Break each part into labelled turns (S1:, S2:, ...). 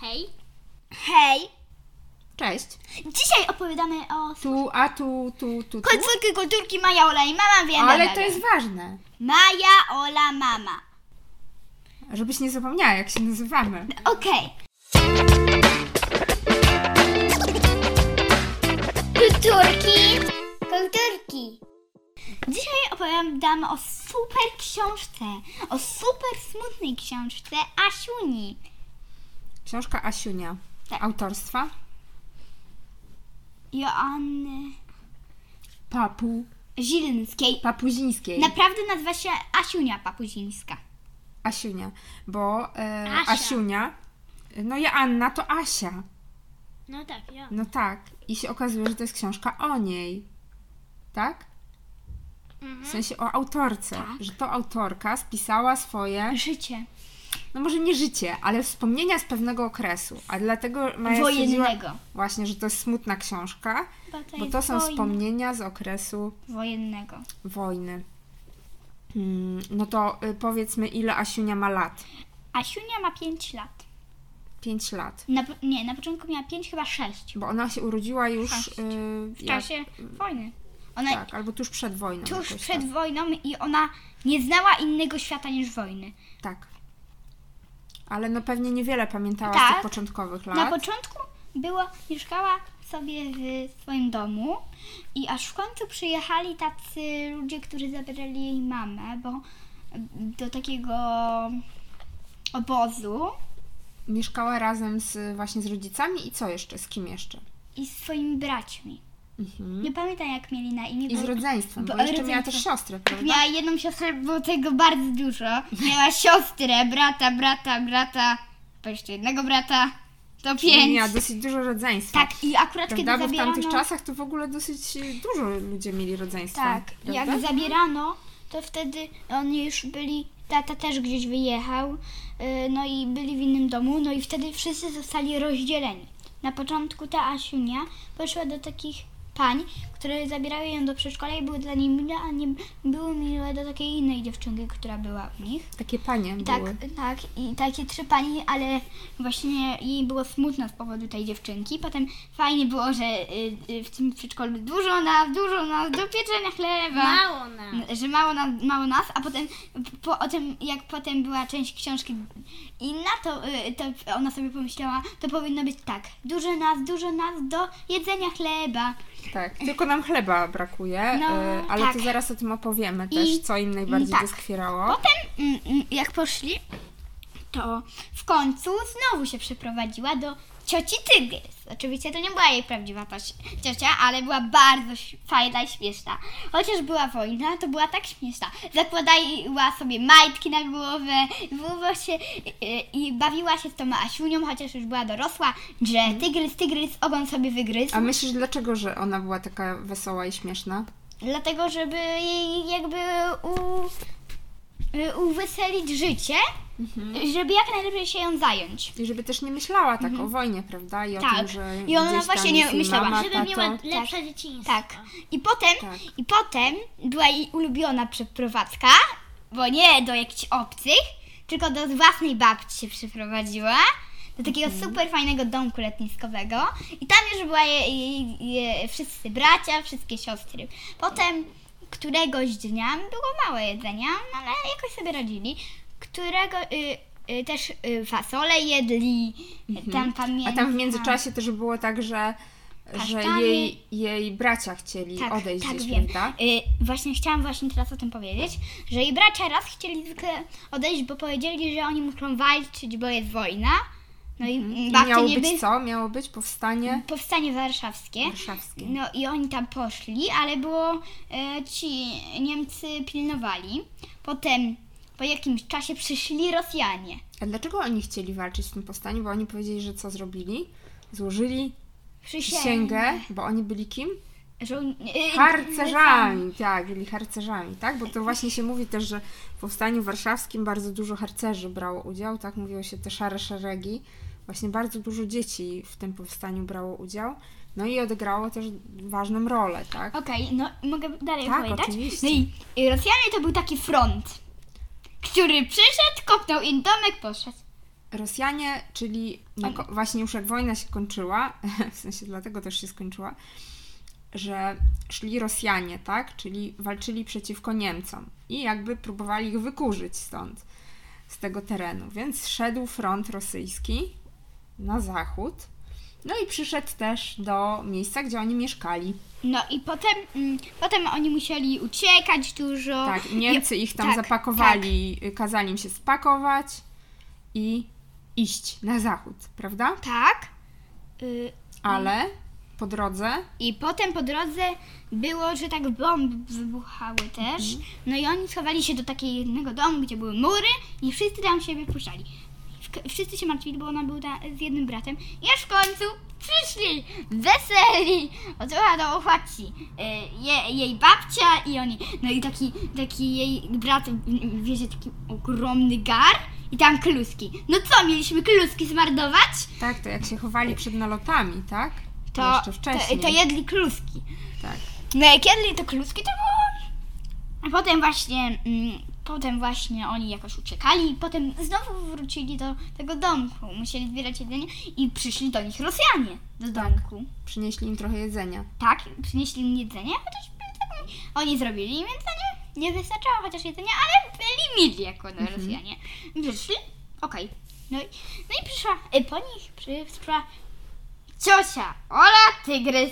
S1: Hej.
S2: Hej!
S3: Cześć.
S1: Dzisiaj opowiadamy o...
S3: Tu, a tu, tu, tu, tu.
S2: Końcówki kulturki Maja Ola i mama wiem.
S3: Ale to jest ważne,
S2: Maja Ola mama.
S3: żebyś nie zapomniała, jak się nazywamy.
S2: Okej. Kulturki.
S1: Kulturki.
S2: Dzisiaj opowiadam o super książce. O super smutnej książce Asiuni.
S3: Książka Asiunia.
S2: Tak.
S3: Autorstwa?
S2: Joanny
S3: Papu.
S2: Zilnskiej.
S3: Papuzińskiej.
S2: Naprawdę nazywa się Asiunia Papuzińska.
S3: Asiunia. Bo e,
S1: Asia.
S3: Asiunia, no ja Anna to Asia.
S1: No tak, ja.
S3: No tak. I się okazuje, że to jest książka o niej. Tak?
S2: Mhm.
S3: W sensie o autorce,
S2: Tak.
S3: że to autorka spisała swoje,
S2: Życie.
S3: no może nie życie, ale wspomnienia z pewnego okresu, a dlatego Maja stwierdziła
S2: Wojennego.
S3: właśnie, że to jest smutna książka,
S1: Bo to,
S3: Bo
S1: jest
S3: to są
S1: wojna.
S3: wspomnienia z okresu
S2: Wojennego.
S3: wojny. Mm, No to y, powiedzmy, ile Asiunia ma lat?
S2: Asiunia ma 5 lat.
S3: 5 lat.
S2: Na, po- nie, na początku miała 5, chyba 6.
S3: Bo ona się urodziła już
S2: Sześć.
S3: y,
S2: W
S3: jak-
S2: czasie wojny. Ona
S3: Tak, albo tuż przed wojną.
S2: tuż
S3: jakoś
S2: przed
S3: Tak.
S2: wojną i ona nie znała innego świata niż wojny.
S3: tak. Ale no pewnie niewiele pamiętała z
S2: Tak.
S3: tych początkowych
S2: Na
S3: lat.
S2: początku była, mieszkała sobie w swoim domu i aż w końcu przyjechali tacy ludzie, którzy zabrali jej mamę, bo do takiego obozu
S3: Mieszkała razem z, właśnie z rodzicami i co jeszcze? Z kim jeszcze?
S2: i z swoimi braćmi.
S3: Mhm.
S2: Nie pamiętam jak mieli na imię.
S3: I
S2: No
S3: z tak?
S2: bo-
S3: rodzeństwem, bo,
S2: Bo
S3: jeszcze miała
S2: rodzeństwo. Tak,
S3: też siostrę, prawda?
S2: Miała jedną siostrę, było tego bardzo dużo. Miała siostrę, brata, brata, brata, bo jeszcze jednego brata. To
S3: Czyli
S2: pięć.
S3: Miała dosyć dużo rodzeństwa.
S2: Tak, i akurat
S3: Prawda?
S2: kiedy
S3: Bo w
S2: zabierano...
S3: tamtych czasach to w ogóle dosyć y, dużo ludzie mieli rodzeństwa.
S2: Tak,
S3: prawda?
S2: jak zabierano, to wtedy oni już byli, tata też gdzieś wyjechał, yy, no i byli w innym domu, no i wtedy wszyscy zostali rozdzieleni. Na początku ta Asiunia poszła do takich pań, które zabierały ją do przedszkola i były dla niej mile, a nie były miłe do takiej innej dziewczynki, która była u nich.
S3: Takie panie
S2: I tak,
S3: były.
S2: tak, i takie trzy pani, ale właśnie jej było smutno z powodu tej dziewczynki. Potem fajnie było, że y, y, w tym przedszkolu dużo nas, dużo nas, do pieczenia chleba.
S1: Mało nam.
S2: N- Że mało nas, mało nas a potem p- po o tym, jak potem była część książki inna, to, y, to ona sobie pomyślała, to powinno być tak, dużo nas, dużo nas do jedzenia chleba.
S3: Tak. Tylko nam chleba brakuje,
S2: No,
S3: y, ale
S2: tak.
S3: to zaraz o tym opowiemy też, co im najbardziej
S2: tak.
S3: doskwierało.
S2: Potem, mm, mm, jak poszli, to w końcu znowu się przeprowadziła do cioci Tygrys. Oczywiście to nie była jej prawdziwa toś- ciocia, ale była bardzo ś- fajna i śmieszna. Chociaż była wojna, to była tak śmieszna. Zakładała sobie majtki na głowę, było się i- i bawiła się z tą Asiunią, chociaż już była dorosła, że Tygrys, Tygrys ogon sobie wygryzł.
S3: A myślisz, dlaczego, że ona była taka wesoła i śmieszna?
S2: Dlatego, żeby jej jakby u, y, uweselić życie, żeby jak najlepiej się ją zająć.
S3: I żeby też nie myślała tak o wojnie, prawda? I o
S2: Mhm. Tak.
S3: tym, że
S2: I ona
S3: gdzieś tam
S2: właśnie nie
S3: jest jej
S2: myślała,
S3: mama,
S1: Żeby
S3: tato.
S1: miała lepsze dzieciństwo.
S2: Tak. I potem,
S3: Tak.
S2: i potem była jej ulubiona przeprowadzka, bo nie do jakichś obcych, tylko do własnej babci się przeprowadziła. Do takiego
S3: Mhm.
S2: super fajnego domku letniskowego. I tam już była jej, jej, jej wszyscy bracia, wszystkie siostry. Potem któregoś dnia było mało jedzenia, no ale jakoś sobie radzili. Którego y, y, też y, fasole jedli. Tam
S3: Mhm. A
S2: pamiętam.
S3: tam w międzyczasie też było tak, że, że
S2: Kasztany.
S3: jej, jej bracia chcieli odejść
S2: tak,
S3: gdzieś,
S2: wiem.
S3: prawda?
S2: Y, właśnie chciałam właśnie teraz o tym powiedzieć, że jej bracia raz chcieli zwykle odejść, bo powiedzieli, że oni muszą walczyć, bo jest wojna. No i
S3: Mhm. I
S2: mm, babci
S3: miało
S2: nie by...
S3: być co? Miało być powstanie
S2: Powstanie warszawskie.
S3: warszawskie.
S2: No i oni tam poszli, ale było e, ci Niemcy pilnowali. Potem po jakimś czasie przyszli Rosjanie.
S3: A dlaczego oni chcieli walczyć w tym powstaniu? Bo oni powiedzieli, że co zrobili? Złożyli przysięgę, bo oni byli kim?
S2: Żoł... y,
S3: Harcerzami, tak, byli harcerzami, tak? Bo to właśnie się mówi też, że w Powstaniu Warszawskim bardzo dużo harcerzy brało udział, tak? Mówiło się te szare szeregi. Właśnie bardzo dużo dzieci w tym powstaniu brało udział, no i odegrało też ważną rolę, tak?
S2: Okej, no mogę dalej
S3: Tak,
S2: opowiadać?
S3: oczywiście.
S2: No i i Rosjanie to był taki front, który przyszedł, kopnął im domek, poszedł.
S3: Rosjanie, czyli na, ko- właśnie już jak wojna się kończyła, w sensie dlatego też się skończyła, że szli Rosjanie, tak? Czyli walczyli przeciwko Niemcom i jakby próbowali ich wykurzyć stąd, z tego terenu. Więc szedł front rosyjski na zachód, no i przyszedł też do miejsca, gdzie oni mieszkali.
S2: No i potem, mm, potem oni musieli uciekać dużo.
S3: Tak, Niemcy ich tam
S2: tak,
S3: zapakowali, kazali im się spakować i iść na zachód, prawda?
S2: Tak. Y,
S3: Ale po drodze
S2: I potem po drodze było, że tak bomby wybuchały też. No i oni schowali się do takiego domu, gdzie były mury i wszyscy tam siebie puszczali. W- Wszyscy się martwili, bo ona była ta- z jednym bratem. I aż w końcu przyszli weseli. Odzwała do ochłaci je, jej babcia i oni. No i taki, taki jej brat w- wiezie taki ogromny gar i tam kluski. No co, mieliśmy kluski zmarnować?
S3: Tak, to jak się chowali przed nalotami, tak?
S2: To,
S3: jeszcze wcześniej.
S2: to, to jedli kluski.
S3: Tak.
S2: No jak jedli te kluski, to było... A potem właśnie, mm, potem właśnie oni jakoś uciekali i potem znowu wrócili do tego domku. Musieli zbierać jedzenie i przyszli do nich Rosjanie
S3: Tak.
S2: do domku.
S3: Przynieśli im trochę jedzenia.
S2: Tak, przynieśli im jedzenie, chociaż tak oni- oni zrobili im jedzenie. Nie wystarczało chociaż jedzenia, ale byli mili jako no,
S3: Mhm.
S2: Rosjanie. Przyszli, okej. No, i, no i przyszła, y, po nich przyszła ciosia Ola Tygrys.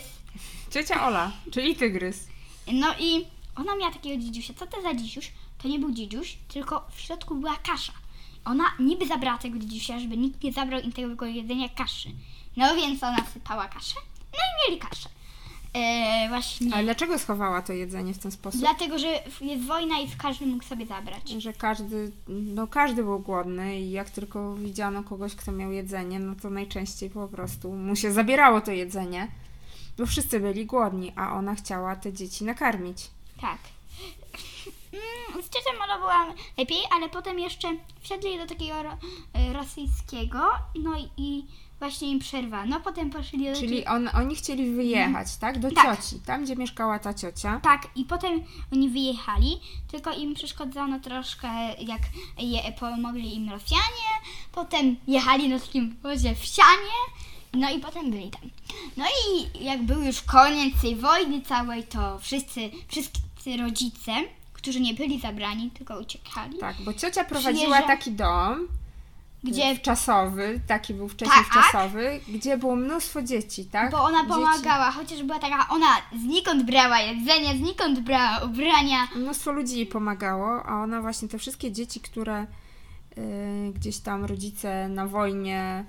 S3: Ciocia Ola, czyli tygrys.
S2: No i ona miała takiego dzidziusia. Co to za dzidziuś? To nie był dzidziuś, tylko w środku była kasza. Ona niby zabrała tego dzidziusia, żeby nikt nie zabrał im tego jedzenia kaszy. No więc ona sypała kaszę, no i mieli kaszę. Eee, właśnie.
S3: Ale dlaczego schowała to jedzenie w ten sposób?
S2: Dlatego, że w- jest wojna i każdy mógł sobie zabrać.
S3: Że każdy, no każdy był głodny i jak tylko widziano kogoś, kto miał jedzenie, no to najczęściej po prostu mu się zabierało to jedzenie, bo wszyscy byli głodni, a ona chciała te dzieci nakarmić.
S2: Tak. Mm, Z ciocią Molo była lepiej, ale potem jeszcze wsiedli do takiego ro, y, rosyjskiego, no i, i właśnie im przerwano. Potem poszli do takiego-
S3: Czyli on, oni chcieli wyjechać, tak? Do
S2: Mhm. Tak.
S3: cioci, tam gdzie mieszkała ta ciocia.
S2: Tak, i potem oni wyjechali, tylko im przeszkodzono troszkę, jak je, pomogli im Rosjanie, potem jechali na takim wozie wsianie, no i potem byli tam. No i jak był już koniec tej wojny całej, to wszyscy, wszyscy rodzice, którzy nie byli zabrani, tylko uciekali,
S3: Tak, bo ciocia prowadziła
S2: Przyjeżdża-
S3: taki dom,
S2: gdzie
S3: wczasowy, taki był wcześniej
S2: Tak.
S3: wczasowy, gdzie było mnóstwo dzieci, tak?
S2: Bo ona
S3: Dzieci.
S2: pomagała, chociaż była taka, ona znikąd brała jedzenie, znikąd brała ubrania.
S3: Mnóstwo ludzi jej pomagało, a ona właśnie te wszystkie dzieci, które y, gdzieś tam rodzice na wojnie,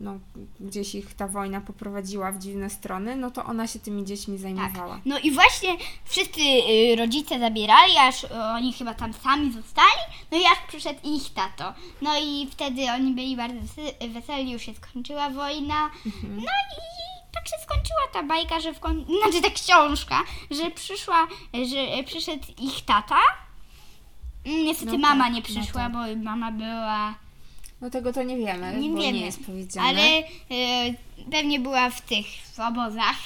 S3: no gdzieś ich ta wojna poprowadziła w dziwne strony, no to ona się tymi dziećmi zajmowała.
S2: No i właśnie wszyscy y, rodzice zabierali, aż y, oni chyba tam sami zostali, no i aż przyszedł ich tato. No i wtedy oni byli bardzo wesy- weseli, już się skończyła wojna.
S3: Mhm.
S2: No i tak się skończyła ta bajka, że w końcu, znaczy ta książka, że przyszła, że y, przyszedł ich tata. Mm, Niestety
S3: No
S2: mama
S3: tak,
S2: nie
S3: no
S2: przyszła,
S3: tak.
S2: bo mama była...
S3: No tego to nie wiemy,
S2: Nie
S3: bo
S2: wiemy,
S3: nie jest powiedziane.
S2: Ale y, pewnie była w tych w obozach.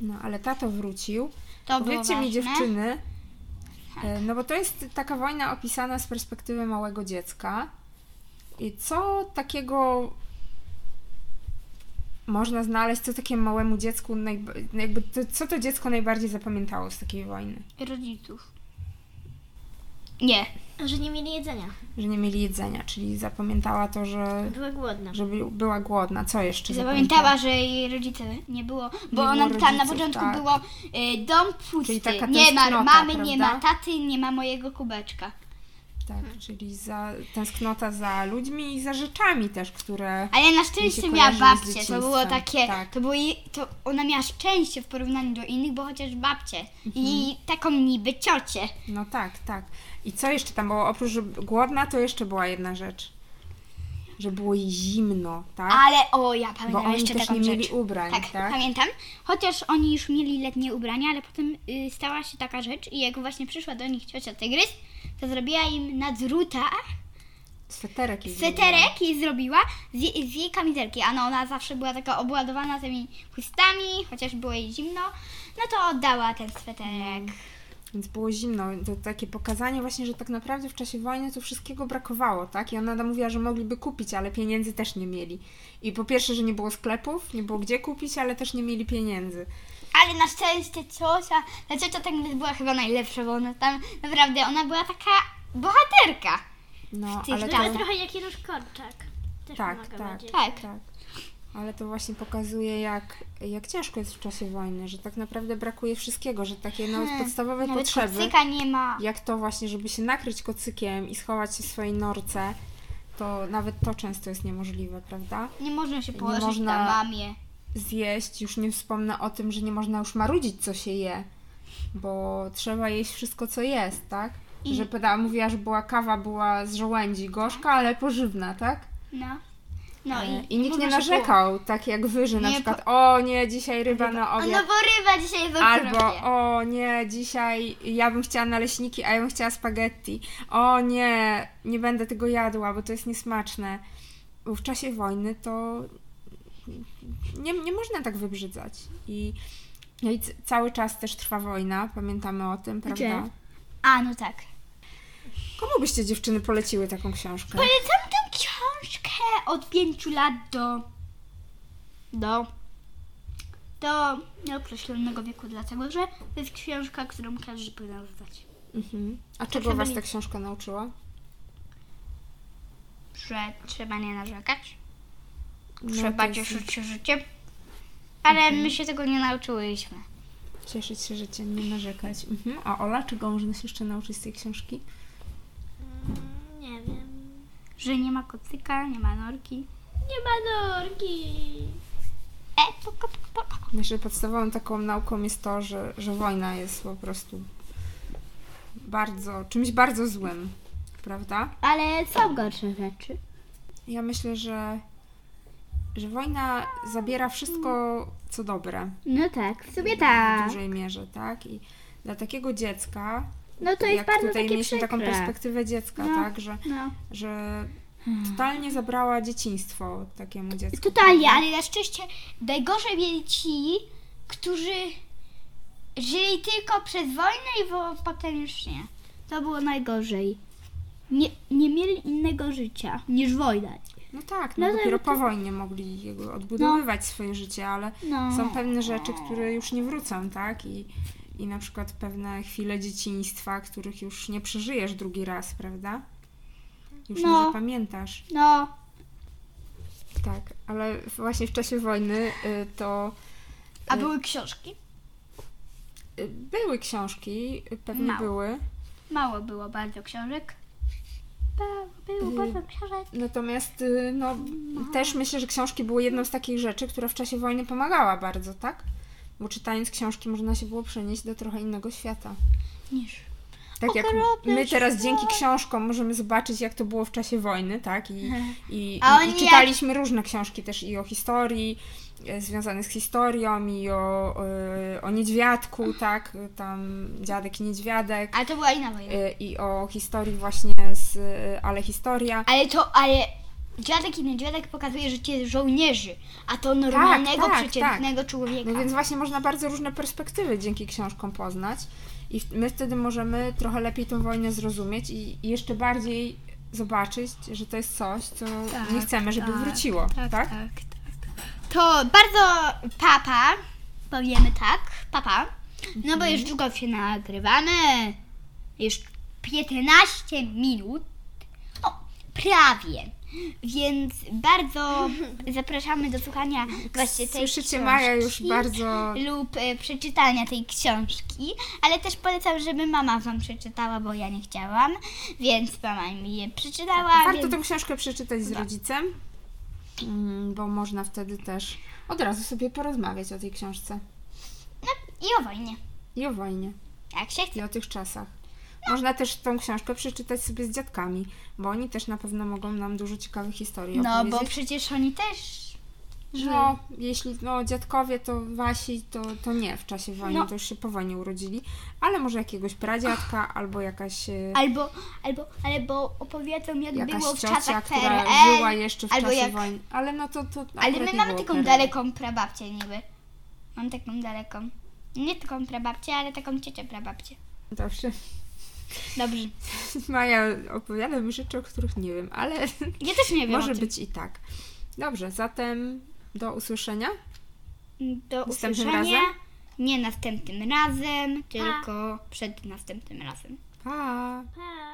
S3: No ale tato wrócił.
S2: To
S3: Powiedzcie
S2: było
S3: mi
S2: ważne. Tak.
S3: dziewczyny, e, no bo to jest taka wojna opisana z perspektywy małego dziecka. I co takiego można znaleźć, co takiemu małemu dziecku, najb- jakby to, co to dziecko najbardziej zapamiętało z takiej wojny?
S2: rodziców. Nie.
S1: Że nie mieli jedzenia.
S3: Że nie mieli jedzenia, czyli zapamiętała to, że,
S1: Była głodna.
S3: że by- była głodna. Co jeszcze
S2: Zapamiętała, że jej rodzice nie było, bo
S3: Nie
S2: ona
S3: było
S2: tam na
S3: rodziców,
S2: początku
S3: tak.
S2: było y, dom pusty.
S3: Czyli taka
S2: nie ma
S3: tęsknota,
S2: mamy, nie ma
S3: prawda?
S2: taty, nie ma mojego kubeczka. Hmm.
S3: Tak, czyli za, tęsknota za ludźmi i za rzeczami też, które...
S2: Ale na
S3: Mi się
S2: szczęście miała
S3: kojarzy z
S2: babcię, to było
S3: dzieciństwem,
S2: takie,
S3: tak.
S2: to było jej, to ona miała szczęście w porównaniu do innych, bo chociaż babcię i
S3: Mhm.
S2: taką niby ciocię.
S3: No tak, tak. I co jeszcze tam było? Oprócz że głodna, to jeszcze była jedna rzecz. Że było jej zimno, tak?
S2: Ale o, ja
S3: Bo
S2: pamiętam
S3: oni
S2: jeszcze
S3: też
S2: taką
S3: nie
S2: rzecz.
S3: mieli ubrań, tak?
S2: Tak, pamiętam. Chociaż oni już mieli letnie ubrania, ale potem y, stała się taka rzecz i jak właśnie przyszła do nich ciocia Tygrys, to zrobiła im na drutach
S3: Sweterek jej zrobiła.
S2: sweterek i zrobiła z, je, z jej kamizelki. A no, ona zawsze była taka obładowana tymi chustami, chociaż było jej zimno, no to oddała ten sweterek.
S3: Tak. Więc było zimno. To takie pokazanie właśnie, że tak naprawdę w czasie wojny to wszystkiego brakowało, tak? I ona tam mówiła, że mogliby kupić, ale pieniędzy też nie mieli. I po pierwsze, że nie było sklepów, nie było gdzie kupić, ale też nie mieli pieniędzy.
S2: Ale na szczęście ciocia, ta ciocia tak była chyba najlepsza, bo ona tam naprawdę, ona była taka bohaterka.
S3: No,
S2: Tych
S3: ale
S1: To
S3: to...
S2: czasach.
S1: jest trochę jak Janusz Korczak. Też
S3: Tak,
S1: pomaga
S3: tak.
S1: będzie.
S2: Tak.
S3: Tak. Ale to właśnie pokazuje, jak, jak ciężko jest w czasie wojny, że tak naprawdę brakuje wszystkiego, że takie no,
S2: Hmm,
S3: podstawowe
S2: Nawet
S3: potrzeby.
S2: kocyka nie ma.
S3: jak to właśnie, żeby się nakryć kocykiem i schować się w swojej norce, to nawet to często jest niemożliwe, prawda?
S2: Nie można się
S3: Nie
S2: położyć na
S3: można-
S2: mamie.
S3: Zjeść, już nie wspomnę o tym, że nie można już marudzić, co się je, bo trzeba jeść wszystko, co jest, tak?
S2: I-
S3: Że pada, mówiła, że była kawa, była z żołędzi, gorzka, ale pożywna, tak?
S2: No. No i,
S3: E, I nikt nie
S2: można się
S3: narzekał, tak jak wy, że na
S2: Nie,
S3: przykład, o nie, dzisiaj ryba na
S2: położyć. No
S3: obiad.
S2: bo ryba dzisiaj w
S3: Albo
S2: okropie.
S3: o nie, dzisiaj ja bym chciała naleśniki, a ja bym chciała spaghetti. O nie, nie będę tego jadła, bo to jest niesmaczne. Bo w czasie wojny to nie, nie można tak wybrzydzać. I, no i c- cały czas też trwa wojna, pamiętamy o tym, prawda?
S2: Gdzie? A, no tak.
S3: Komu byście dziewczyny poleciły taką książkę?
S2: Polecam tę książkę od 5 lat do. do. do nieokreślonego wieku, dlatego że to jest książka, którą każdy powinien znać.
S3: Mhm. A czego
S2: trzeba
S3: was
S2: mieć-
S3: ta książka nauczyła?
S2: Że trzeba nie narzekać,
S3: No,
S2: trzeba
S3: to jest- Mhm.
S2: cieszyć się życiem. Ale my się tego nie nauczyłyśmy.
S3: Cieszyć się życiem, nie narzekać. Mhm. A Ola, czego można się jeszcze nauczyć z tej książki?
S1: Mm, Nie wiem.
S2: Że nie ma kocyka, nie ma norki.
S1: Nie ma norki.
S2: E, poko, poko, poko.
S3: Myślę, że podstawową taką nauką jest to, że, że wojna jest po prostu bardzo, czymś bardzo złym, prawda?
S2: Ale są gorsze rzeczy.
S3: Ja myślę, że, że wojna zabiera wszystko, co dobre
S2: No tak, w sumie
S3: w
S2: tak.
S3: dużej mierze, tak? I dla takiego dziecka,
S2: No to jest
S3: jak
S2: bardzo
S3: tutaj
S2: takie
S3: mieliśmy taką
S2: przykre.
S3: perspektywę dziecka,
S2: No.
S3: tak? Że,
S2: No.
S3: że totalnie zabrała dzieciństwo takiemu dziecku.
S2: Totalnie, ale na szczęście najgorzej mieli ci, którzy żyli tylko przez wojnę i wo- potem już nie. To było najgorzej. Nie, nie mieli innego życia niż wojna.
S3: No tak, no,
S2: No to-
S3: dopiero po wojnie mogli jakby odbudowywać swoje życie, ale
S2: No.
S3: są pewne rzeczy, które już nie wrócą, tak? I, I na przykład pewne chwile dzieciństwa, których już nie przeżyjesz drugi raz, prawda? Już
S2: No.
S3: nie zapamiętasz.
S2: No,
S3: Tak, ale właśnie w czasie wojny y, to
S2: a
S3: Y-
S2: były książki?
S3: y, były książki, y, pewnie
S2: Mało.
S3: były.
S2: Mało było bardzo książek. Mało było
S3: Y,
S2: bardzo książek.
S3: Natomiast y, no, też myślę, że książki były jedną z takich rzeczy, która w czasie wojny pomagała bardzo, tak? Bo czytając książki można się było przenieść do trochę innego świata.
S2: Niż.
S3: Tak jak
S2: Okropne
S3: my teraz dzięki książkom możemy zobaczyć, jak to było w czasie wojny, tak? I, i,
S2: A
S3: i,
S2: oni
S3: i czytaliśmy różne książki też i o historii, e, związanych z historią, i o, e, o niedźwiadku, tak? Tam dziadek i niedźwiadek,
S2: Ale to była inna wojna.
S3: e, i o historii właśnie z e, Ale Historia.
S2: Ale to, ale dziadek i niedźwiadek pokazuje życie żołnierzy, a to normalnego,
S3: tak,
S2: przeciętnego człowieka.
S3: No więc właśnie można bardzo różne perspektywy dzięki książkom poznać i w- my wtedy możemy trochę lepiej tę wojnę zrozumieć i i jeszcze bardziej zobaczyć, że to jest coś, co
S2: Tak,
S3: nie chcemy, żeby
S2: tak,
S3: wróciło, tak?
S2: To bardzo papa, powiemy tak, papa. No bo
S3: Mhm.
S2: już długo się nagrywamy. Już 15 minut. O, prawie. Więc bardzo zapraszamy do słuchania właśnie tej
S3: Słyszycie,
S2: książki.
S3: Maja już bardzo...
S2: lub y, przeczytania tej książki, ale też polecam, żeby mama wam przeczytała, bo ja nie chciałam, więc mama mi je przeczytała.
S3: Warto
S2: więc...
S3: tę książkę przeczytać z rodzicem, mm, bo można wtedy też od razu sobie porozmawiać o tej książce
S2: No i o wojnie.
S3: i o wojnie.
S2: Jak się
S3: i
S2: chce.
S3: o tych czasach. Można też tą książkę przeczytać sobie z dziadkami, bo oni też na pewno mogą nam dużo ciekawych historii
S2: No bo
S3: opowiedzieć.
S2: przecież oni też żyją.
S3: No, jeśli no, dziadkowie to wasi, to, to nie w czasie wojny,
S2: No.
S3: to już się po wojnie urodzili, ale może jakiegoś pradziadka albo jakaś, e,
S2: Albo, albo, albo opowiedzą jak
S3: jakaś
S2: było w
S3: ciocia,
S2: czasach
S3: która
S2: PRL.
S3: żyła jeszcze w
S2: albo
S3: czasie
S2: jak-
S3: wojny. Ale no to, to
S2: Ale
S3: akurat
S2: my
S3: nie
S2: mamy
S3: było
S2: taką
S3: PRL.
S2: daleką prababcię niby. Mam taką daleką. Nie taką prababcię, ale taką ciocię prababcię.
S3: Dobrze.
S2: Dobrze.
S3: Maja opowiada mi rzeczy, o których nie wiem, ale
S2: Ja też nie wiem. o
S3: może
S2: tym.
S3: być i tak. Dobrze, zatem do usłyszenia.
S2: Do
S3: Następnym
S2: usłyszenia.
S3: razem?
S2: Nie następnym razem, tylko przed następnym razem.
S3: Pa!
S1: Pa.